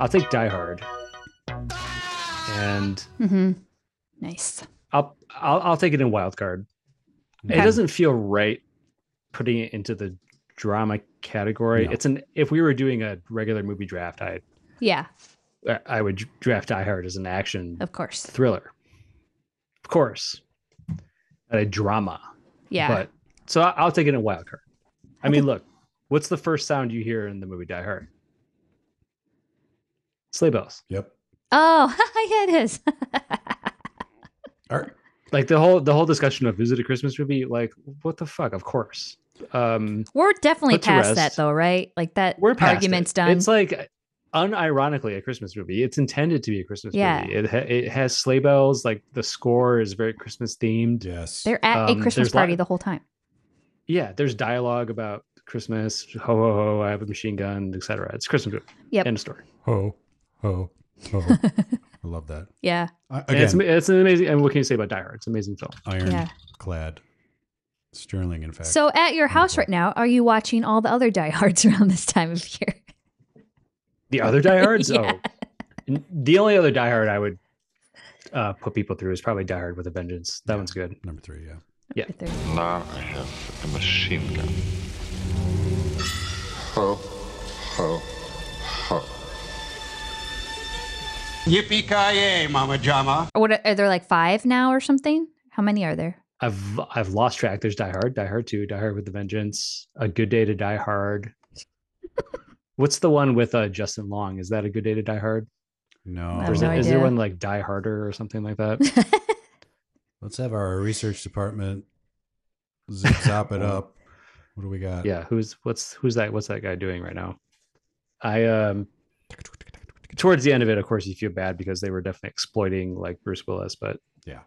I'll take Die Hard. And
Mm-hmm. Nice.
I'll I'll, I'll take it in wild card. It
Okay.
doesn't feel right putting it into the drama category. It's an if we were doing a regular movie draft, I
Yeah.
I would draft Die Hard as an action,
Of course.
thriller, of course, and a drama.
Yeah.
But so I- I'll take it in wild card. I mean, look, what's the first sound you hear in the movie Die Hard? Sleigh bells.
Yep.
Oh, yeah, it is.
Like the whole the whole discussion of is it a Christmas movie? Like what the fuck? Of course. Um,
We're definitely
Put to
past
rest.
that though, right? Like that
we're past
argument's
it.
done.
It's like unironically a Christmas movie. It's intended to be a Christmas
Yeah.
movie. It ha- it has sleigh bells. Like the score is very Christmas themed.
Yes,
They're at
um,
a Christmas party the whole time.
yeah, there's dialogue about Christmas. Ho ho ho! I have a machine gun, etc. It's a Christmas movie.
Yep.
End of story.
ho ho ho. I love that.
Yeah.
I-
And it's,
again-
it's an amazing. And what can you say about Die Hard? It's an amazing film.
Iron
Yeah.
clad, Sterling. In fact,
So at your house right now, are you watching all the other diehards around this time of year?
The other Die Hards.
Yeah.
Oh, N- the only other Die Hard I would uh, put people through is probably Die Hard with a Vengeance. That one's good.
Number three. Yeah.
Yeah.
Now I have a machine gun. Ho, ho, ho.
Yippee ki yay, Mama Jama.
Or what are there like five now or something? How many are there?
I've I've lost track. There's Die Hard, Die Hard Two, Die Hard with a Vengeance, A Good Day to Die Hard. What's the one with uh, Justin Long? Is that a good day to Die Hard?
No.
Or is, it- is there one like Die Harder or something like that?
Let's have our research department zip zop it up. What do we got?
Oh. yeah who's what's who's that what's that guy doing right now i um towards the end of it of course you feel bad because they were definitely exploiting like bruce willis but
yeah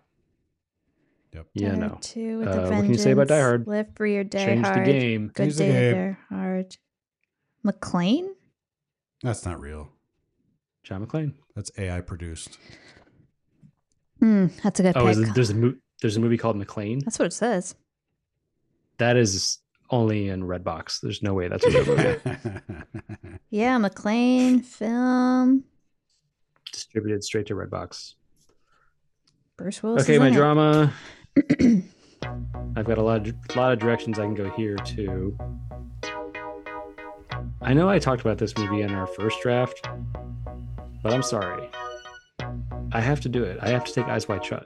yep
yeah no
Two with
Uh,
a
what
vengeance.
can you say about die hard
Live free or die
Change the
hard.
game.
Good
Change the
day
game.
there, hard.
McLean?
That's not real.
John McClane.
That's AI produced.
Hmm, that's a good
oh
pick.
is it- there's a mo- there's a movie called mclean
That's what it says.
that is only in redbox there's no way that's a real movie
Yeah, McLean film.
distributed straight to redbox
Bruce Willis.
okay
is
my
in it.
drama i've got a lot of lot of directions i can go here too i know i talked about this movie in our first draft but i'm sorry i have to do it i have to take eyes wide shut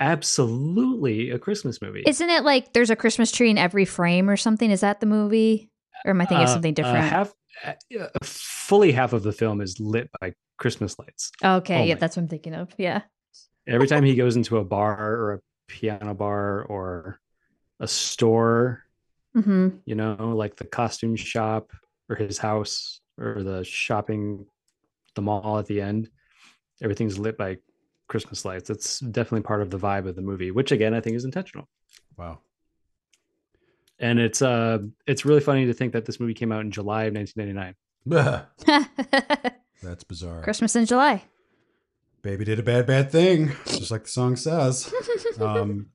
absolutely a christmas movie
Isn't it like there's a Christmas tree in every frame or something? Is that the movie? Or am I thinking of
Uh,
something
uh,
different?
half, uh, yeah, fully half of the film is lit by christmas lights
okay,
Oh
yeah,
my
that's what I'm thinking of. Yeah.
every time he goes into a bar or a piano bar or a store
hmm
you know like the costume shop or his house or the shopping the mall at the end everything's lit by christmas lights it's definitely part of the vibe of the movie which again i think is intentional
wow
and it's uh it's really funny to think that this movie came out in july of 1999
That's bizarre.
Christmas in July.
Baby did a bad, bad thing, just like the song says. Um,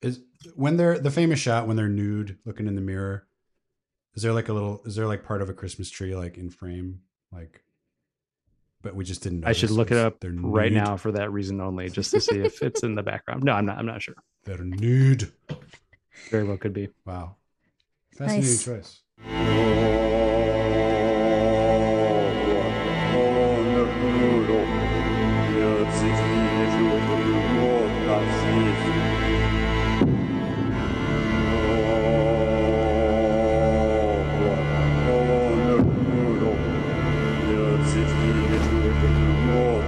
is when they're the famous shot when they're nude looking in the mirror. Is there like a little? Is there like part of a Christmas tree like in frame? Like, but we just didn't.
I should
notice
look it
because
up
they're
right
nude.
now for that reason only, just to see if it's in the background. No, I'm not. I'm not sure.
They're nude.
Very well could be.
Wow. Fascinating
Nice.
choice.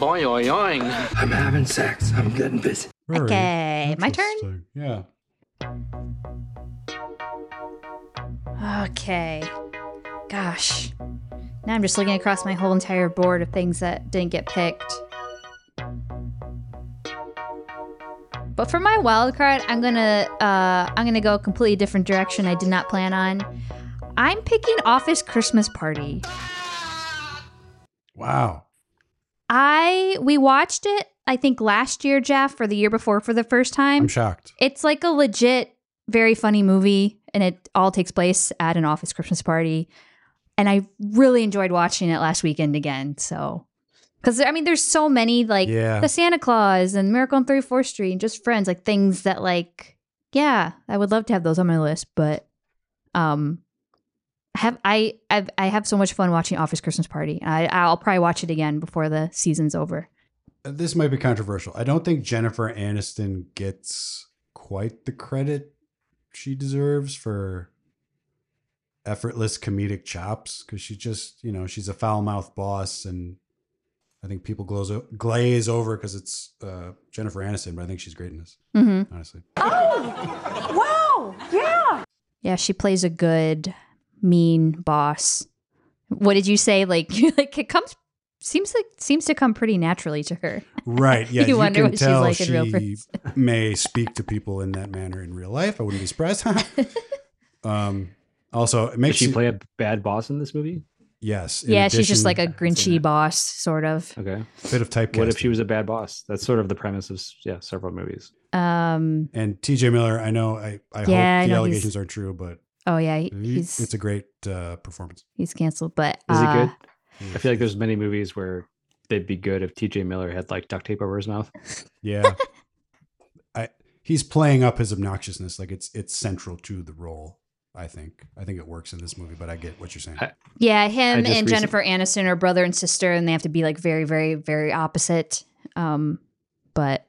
I'm having sex. I'm getting busy.
Okay, my turn.
Yeah.
Okay. Gosh. Now I'm just looking across my whole entire board of things that didn't get picked. But for my wild card, I'm gonna uh, I'm gonna go a completely different direction. I did not plan on. I'm picking Office Christmas Party.
Wow.
I we watched it I think last year, Jeff, or the year before for the first time.
I'm shocked.
It's like a legit, very funny movie, and it all takes place at an office Christmas party. And I really enjoyed watching it last weekend again. So, because I mean, there's so many like
Yeah.
the Santa Claus and Miracle on 34th Street and just friends, like things that like, yeah, I would love to have those on my list, but um, I have I I've, I have so much fun watching Office Christmas Party. I I'll probably watch it again before the season's over.
This might be controversial. I don't think Jennifer Aniston gets quite the credit she deserves for effortless comedic chops because she just, you know, she's a foul mouthed boss and I think people gloze, glaze over because it's uh, Jennifer Aniston, but I think she's great in this,
Mhm.
honestly.
Oh! Wow! Yeah!
Yeah, she plays a good, mean boss. What did you say? Like, you're like it comes seems like seems to come pretty naturally to her.
Right. Yeah.
You wonder
can
what she's
tell
like in real
she may speak to people in that manner in real life. I wouldn't be surprised. um, also, it makes
Did she
you-
play a bad boss in this movie?
Yes. in
yeah, she's just
addition-
like a grinchy boss, sort of.
Okay.
Bit of typecasting.
What if she was a bad boss? That's sort of the premise of yeah several movies.
Um.
And TJ Miller, I know, I, I
Yeah, I
hope the
know
allegations
he's-
are true, but
Oh yeah, he-
he-
he's
it's a great uh, performance.
he's canceled, but
Is he
uh,
good? I feel like there's many movies where they'd be good if T.J. Miller had like duct tape over his mouth.
Yeah. I he's playing up his obnoxiousness. Like it's it's central to the role, I think. I think it works in this movie, but I get what you're saying.
Yeah,
I
him
just
and Jennifer Aniston are brother and sister, and they have to be like very, very, very opposite. Um, but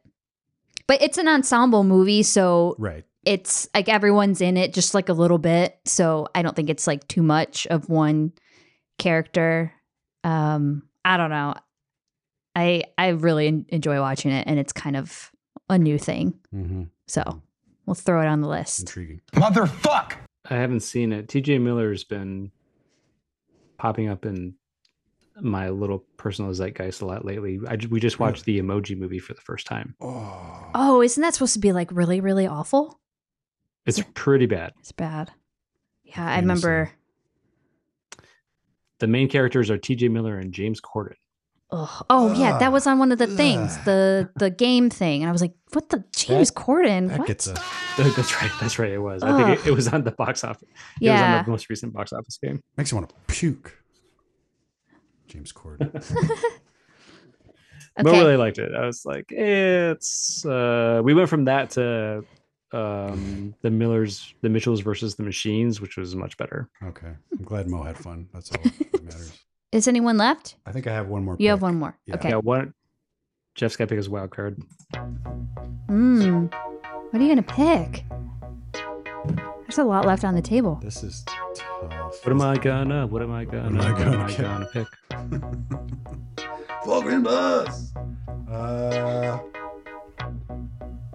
but it's an ensemble movie, so
Right.
it's like everyone's in it just like a little bit. So I don't think it's like too much of one character. Um, I don't know. I I really en- enjoy watching it, and it's kind of a new thing.
Mhm.
So we'll throw it on the list.
Intriguing.
Motherfuck! I haven't seen it. T.J. Miller's been popping up in my little personal zeitgeist a lot lately. I, ju- we just watched the Emoji movie for the first time.
Oh, isn't that supposed to be like really, really awful?
It's pretty bad.
It's bad. Yeah, I remember.
The main characters are T.J. Miller and James Corden.
Ugh. Oh yeah, that
Ah, Ugh.
was on one of the things, the the game thing, and I was like, "What the James Corden? what?"
uh, That's right. That's right. It was. I think it, it was on the box office. It was
Yeah.
on the most recent box office game.
Makes you want to puke. James Corden.
But
Okay.
really liked it. I was like, eh, it's. Uh, we went from that to um, the Millers, the Mitchells versus the Machines, which was much better.
Okay, I'm glad Mo had fun. That's all that matters.
Is anyone left?
I think I have one more.
You have one more. Okay.
Yeah. One. Jeff's got to pick his wild card.
Mm. What are you gonna pick? There's a lot left on the table.
This is
What am I gonna? What am I gonna? What am I gonna, pick?
Fucking bus. Uh,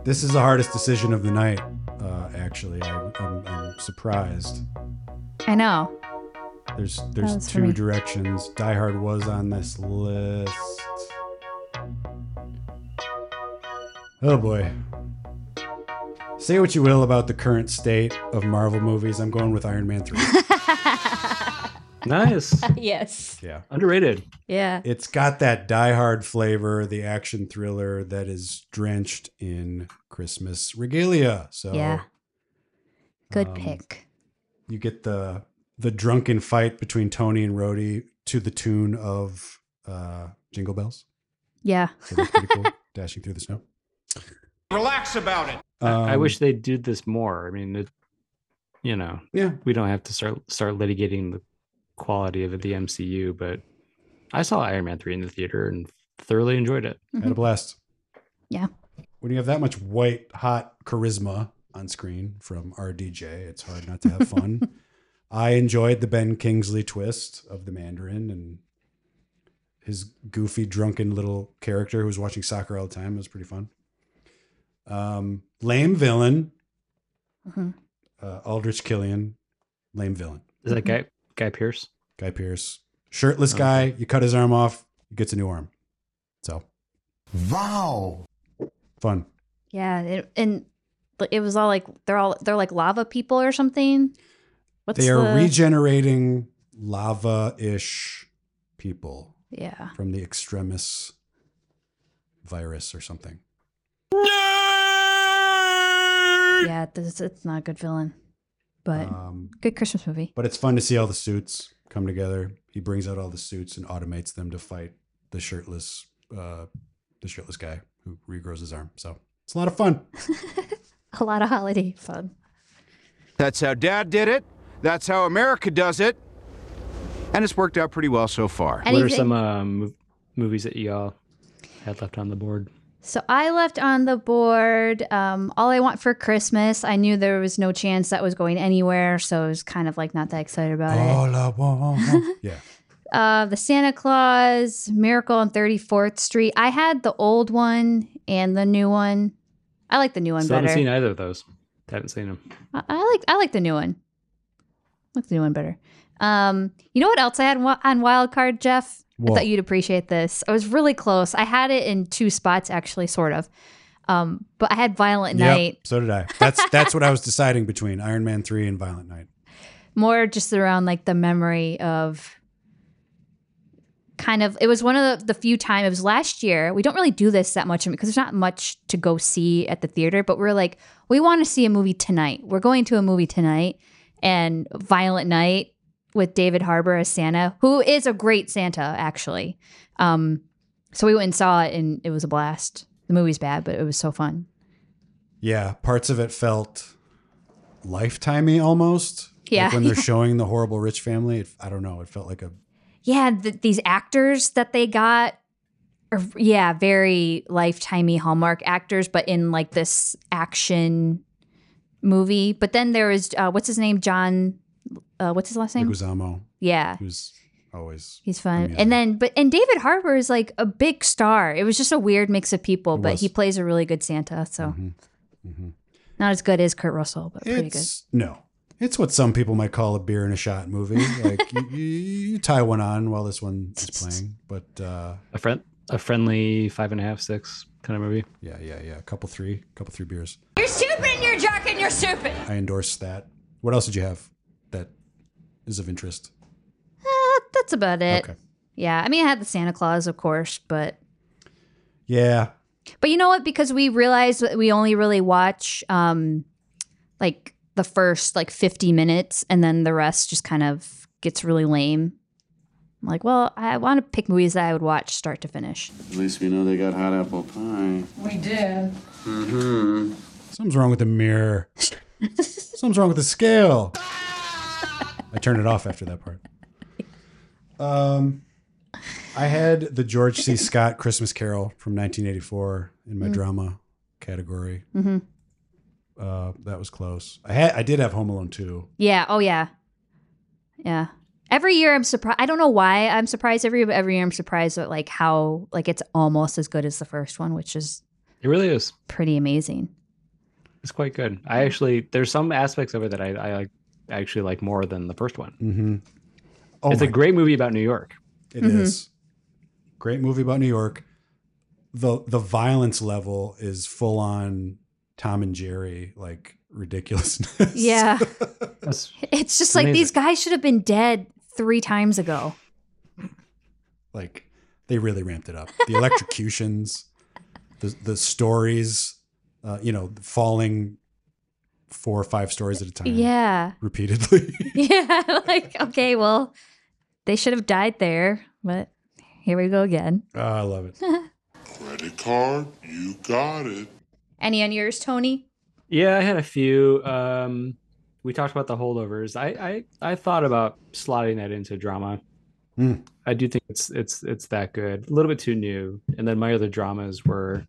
this is the hardest decision of the night. Uh, actually, I, I'm, I'm surprised.
I know.
There's
That
there's
was for
two
me.
directions. Die Hard was on this list. Oh boy. Say what you will about the current state of Marvel movies. I'm going with Iron Man 3.
Nice.
yes.
Yeah.
Underrated.
Yeah.
It's got that die-hard flavor, the action thriller that is drenched in Christmas regalia. So
Yeah. Good
um,
pick.
you get the the drunken fight between Tony and Rhodey to the tune of uh, Jingle Bells.
Yeah.
So that's pretty cool. Dashing through the snow.
Relax about it.
I, I
Um,
wish they did this more. I mean, it, you know,
yeah,
we don't have to start start litigating the quality of the MCU, but I saw Iron Man three in the theater and thoroughly enjoyed it.
Had a blast.
Yeah.
When you have that much white hot charisma on screen from our DJ, it's hard not to have fun. I enjoyed the Ben Kingsley twist of the Mandarin and his goofy, drunken little character who was watching soccer all the time. It was pretty fun. Um, lame villain,
Mhm.
uh, Aldrich Killian, lame villain.
Is that Guy Guy Pierce?
Guy Pierce, shirtless guy. You cut his arm off, he gets a new arm. So, wow, fun.
Yeah. It, and it was all like they're all they're like lava people or something. What's
they are
the-
regenerating lava-ish people
Yeah.
from the extremis virus or something.
Yeah. This, it's not a good villain, but
Um,
good Christmas movie.
But it's fun to see all the suits come together. He brings out all the suits and automates them to fight the shirtless, uh, the shirtless guy who regrows his arm. So it's a lot of fun.
A lot of holiday fun.
That's how Dad did it. That's how America does it. And it's worked out pretty well so far.
What are
Anything-
some um, mov- movies that y'all had left on the board?
So I left on the board um, All I Want for Christmas. I knew there was no chance that was going anywhere, so I was kind of like not that excited about it.
All I want. yeah.
Uh, the Santa Claus, Miracle on 34th Street. I had the old one and the new one. I like the new one
Still haven't
better.
seen either of those. Haven't seen them.
I, I like I like the new one. I like the new one better. Um, you know what else I had wa- on wild card, Jeff?
What?
I thought you'd appreciate this. I was really close. I had it in two spots actually, sort of. Um, but I had Violent
Yep,
Night
so did I. That's that's what I was deciding between Iron Man three and Violent Night.
more just around like the memory of kind of it was one of the, the few time it was last year we don't really do this that much because there's not much to go see at the theater but we're like we want to see a movie tonight we're going to a movie tonight and violent night with david harbour as santa who is a great santa actually um so we went and saw it and it was a blast the movie's bad but it was so fun
Yeah, parts of it felt lifetimey almost.
Yeah.
Like when they're showing the horrible rich family, it, I don't know. It felt like a
yeah, th- these actors that they got are yeah, very lifetimey Hallmark actors, but in like this action movie. But then there is uh, what's his name, John. Uh, what's his last name?
Leguizamo.
Yeah.
Who's always
He's fun. And then, but and David Harbour is like a big star. It was just a weird mix of people,
It
but
was.
he plays a really good Santa. So
Mhm.
not as good as Kurt Russell, but pretty
It's- no. It's what some people might call a beer and a shot movie. Like you, you, you tie one on while this one is playing, but uh,
A friend, a friendly five and a half, six kind of movie.
Yeah, yeah, yeah. A couple three, couple three beers.
You're stupid and you're a jerk and you're stupid.
I endorse that. What else did you have that is of interest?
good. That's about it. Yeah, I mean, I had the Santa Claus, of course, but
Yeah,
But you know what? Because we realized that we only really watch um like the first like 50 minutes and then the rest just kind of gets really lame. I'm like, well, I want to pick movies that I would watch start to finish.
At least we know they got hot apple pie.
We did.
Mm-hmm.
Something's wrong with the mirror. Something's wrong with the scale. I turned it off after that part. Um, I had the George C. Scott Christmas Carol from 1984 in my
Mm.
drama category.
hmm
Uh, that was close. I had, I did have Home Alone 2.
Yeah. Oh, yeah. Yeah. Every year I'm surprised. I don't know why I'm surprised every but every year I'm surprised at like how like it's almost as good as the first one, which is
It really is.
pretty amazing.
It's quite good.
Mm-hmm.
I actually there's some aspects of it that I, I like actually like more than the first one.
Mm-hmm. Oh
it's a
my-
great movie about New York.
It is
Mhm.
Great movie about New York. The the violence level is full on Tom and Jerry like ridiculousness.
Yeah.
That's
It's just like these guys should have been dead three times ago.
Like they really ramped it up. The electrocutions, the the stories, uh, you know, falling four or five stories at a time.
Yeah.
Repeatedly.
yeah, like okay, well, they should have died there, but here we go again.
Oh, I love it.
Credit card, you got it.
Any on yours, Tony?
Yeah, I had a few. Um, we talked about the holdovers. I, I I thought about slotting that into drama.
Hmm.
I do think it's it's it's that good. A little bit too new. And then my other dramas were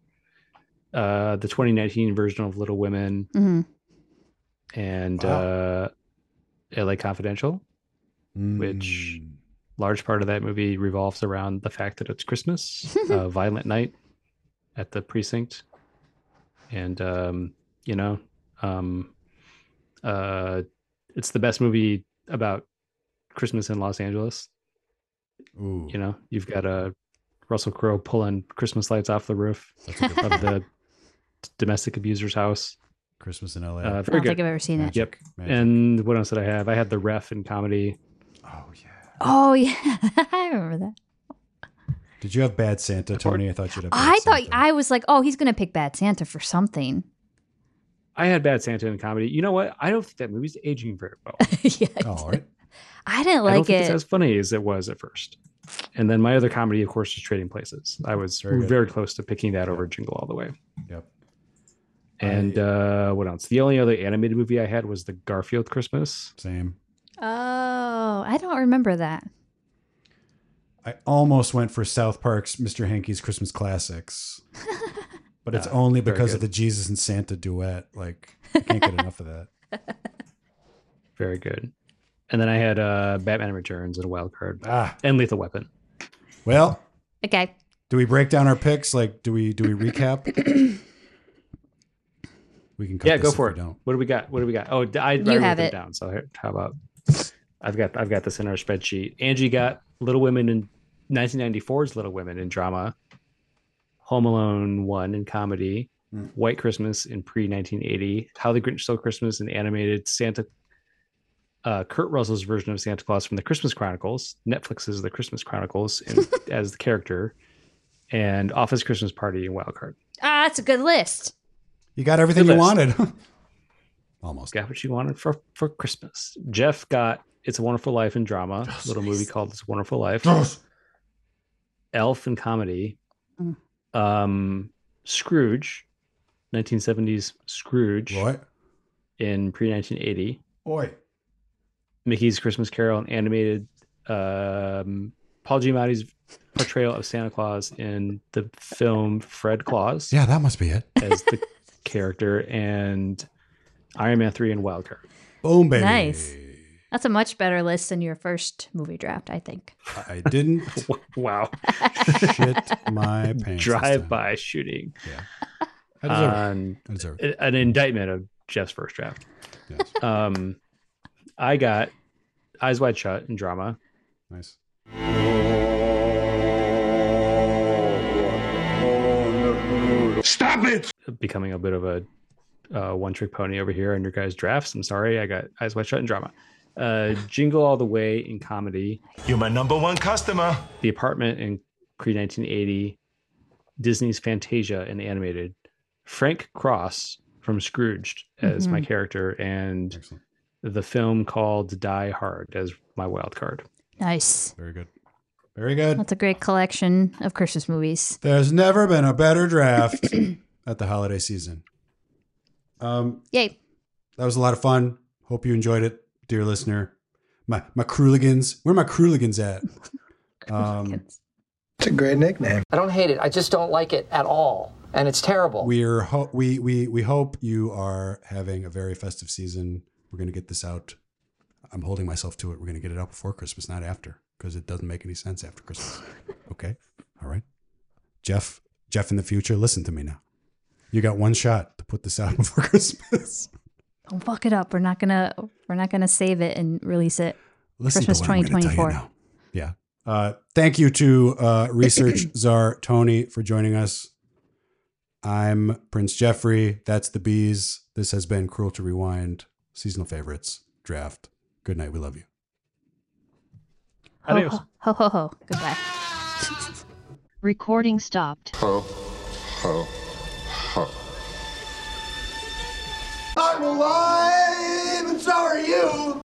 uh, the 2019 version of Little Women
Mm-hmm.
and uh, LA Confidential,
Mm.
which large part of that movie revolves around the fact that it's Christmas, a violent night at the precinct, and um, you know, um, uh, it's the best movie about Christmas in Los Angeles.
Ooh.
You know, you've got a Russell Crowe pulling Christmas lights off the roof of the domestic abuser's house.
Christmas in LA.
Uh, very
I don't
good.
think I've ever seen it.
Yep.
Magic.
And what else did I have? I had the ref in comedy.
Oh yeah, I remember that.
Did you have Bad Santa, Tony? I thought you'd have.
I thought I was like, oh, he's gonna pick Bad Santa for something.
I had Bad Santa in comedy. You know what? I don't think that movie's aging very well.
Oh, all right.
I didn't
I don't
like
think
it.
it's as funny as it was at first. And then my other comedy, of course, is Trading Places. I was
Very
very,
good.
close to picking that over Jingle All the Way.
Yep.
And uh, what else? The only other animated movie I had was the Garfield Christmas.
Same.
oh, I don't remember that.
I almost went for South Park's Mr. Hankey's Christmas Classics, but it's
Uh,
only
very
because of
good.
the Jesus and Santa duet. Like, I can't get enough of that.
Very good. And then I had uh, Batman Returns and Wild Card
Ah.
and Lethal Weapon.
Well,
Okay.
do we break down our picks? Like, do we do we recap? we can cut
yeah,
this
go
if
for
we
it.
Don't.
What do we got? What do we got? Oh, d- I, I
You
wrote
have
them
it.
down. So here- how about I've got I've got this in our spreadsheet. Angie got Little Women in 1994's Little Women in drama, Home Alone one in comedy,
Hmm.
White Christmas in pre 1980, How the Grinch Stole Christmas in animated Santa. Uh, Kurt Russell's version of Santa Claus from the Christmas Chronicles, Netflix's The Christmas Chronicles in, as the character, and Office Christmas Party in Wildcard.
Ah, that's a good list.
You got everything
Good
you
list.
wanted.
almost got what you wanted for for Christmas. Jeff got It's a Wonderful Life in drama, a little movie called It's a Wonderful Life. Elf in comedy.
Mm.
Um, Scrooge, 1970s Scrooge.
What?
In pre 1980.
Oi.
Mickey's Christmas Carol, an animated um, Paul Giamatti's portrayal of Santa Claus in the film Fred Claus
Yeah, that must be it.
as the character, and Iron Man 3 and Wild Card.
Boom, baby.
Nice. That's a much better list than your first movie draft, I think.
I didn't
wow.
shit my pants.
Drive by shooting.
Yeah. I deserve it.
Um,
I deserve it.
a- an indictment of Jeff's first draft. Um, I got Eyes Wide Shut in drama.
Nice.
Stop it! Becoming a bit of a uh, one trick pony over here on your guys' drafts. I'm sorry. I got Eyes Wide Shut in drama. Uh, Jingle All the Way in comedy.
You're my number one customer.
The Apartment in pre 1980, Disney's Fantasia in animated, Frank Cross from Scrooged as my
Mhm.
character, and the film called Die Hard as my wild card.
Nice.
Very good. Very good.
That's a great collection of Christmas movies.
There's never been a better draft at the holiday season. Um,
Yay.
that was a lot of fun. Hope you enjoyed it, dear listener. My my Kruligans. Where are my Kruligans at? Um,
It's a great nickname.
I don't hate it. I just don't like it at all. And it's terrible.
we're ho- we we we hope you are having a very festive season. We're gonna get this out. I'm holding myself to it. We're gonna get it out before Christmas, not after, because it doesn't make any sense after Christmas. Okay, all right. Jeff, Jeff, in the future, listen to me now. You got one shot to put this out before Christmas.
Don't fuck it up. We're not gonna we're not gonna save it and release it.
Listen to
Christmas
what I'm gonna tell you
2024.
now. Yeah. Uh, thank you to uh, Research Czar Tony for joining us. I'm Prince Jeffrey. That's the bees. This has been Cruel to Rewind, seasonal favorites, draft. Good night. We love you.
Ho, ho, ho, ho, ho. Goodbye.
Recording stopped.
ho, ho, ho.
I'm alive, and so are you.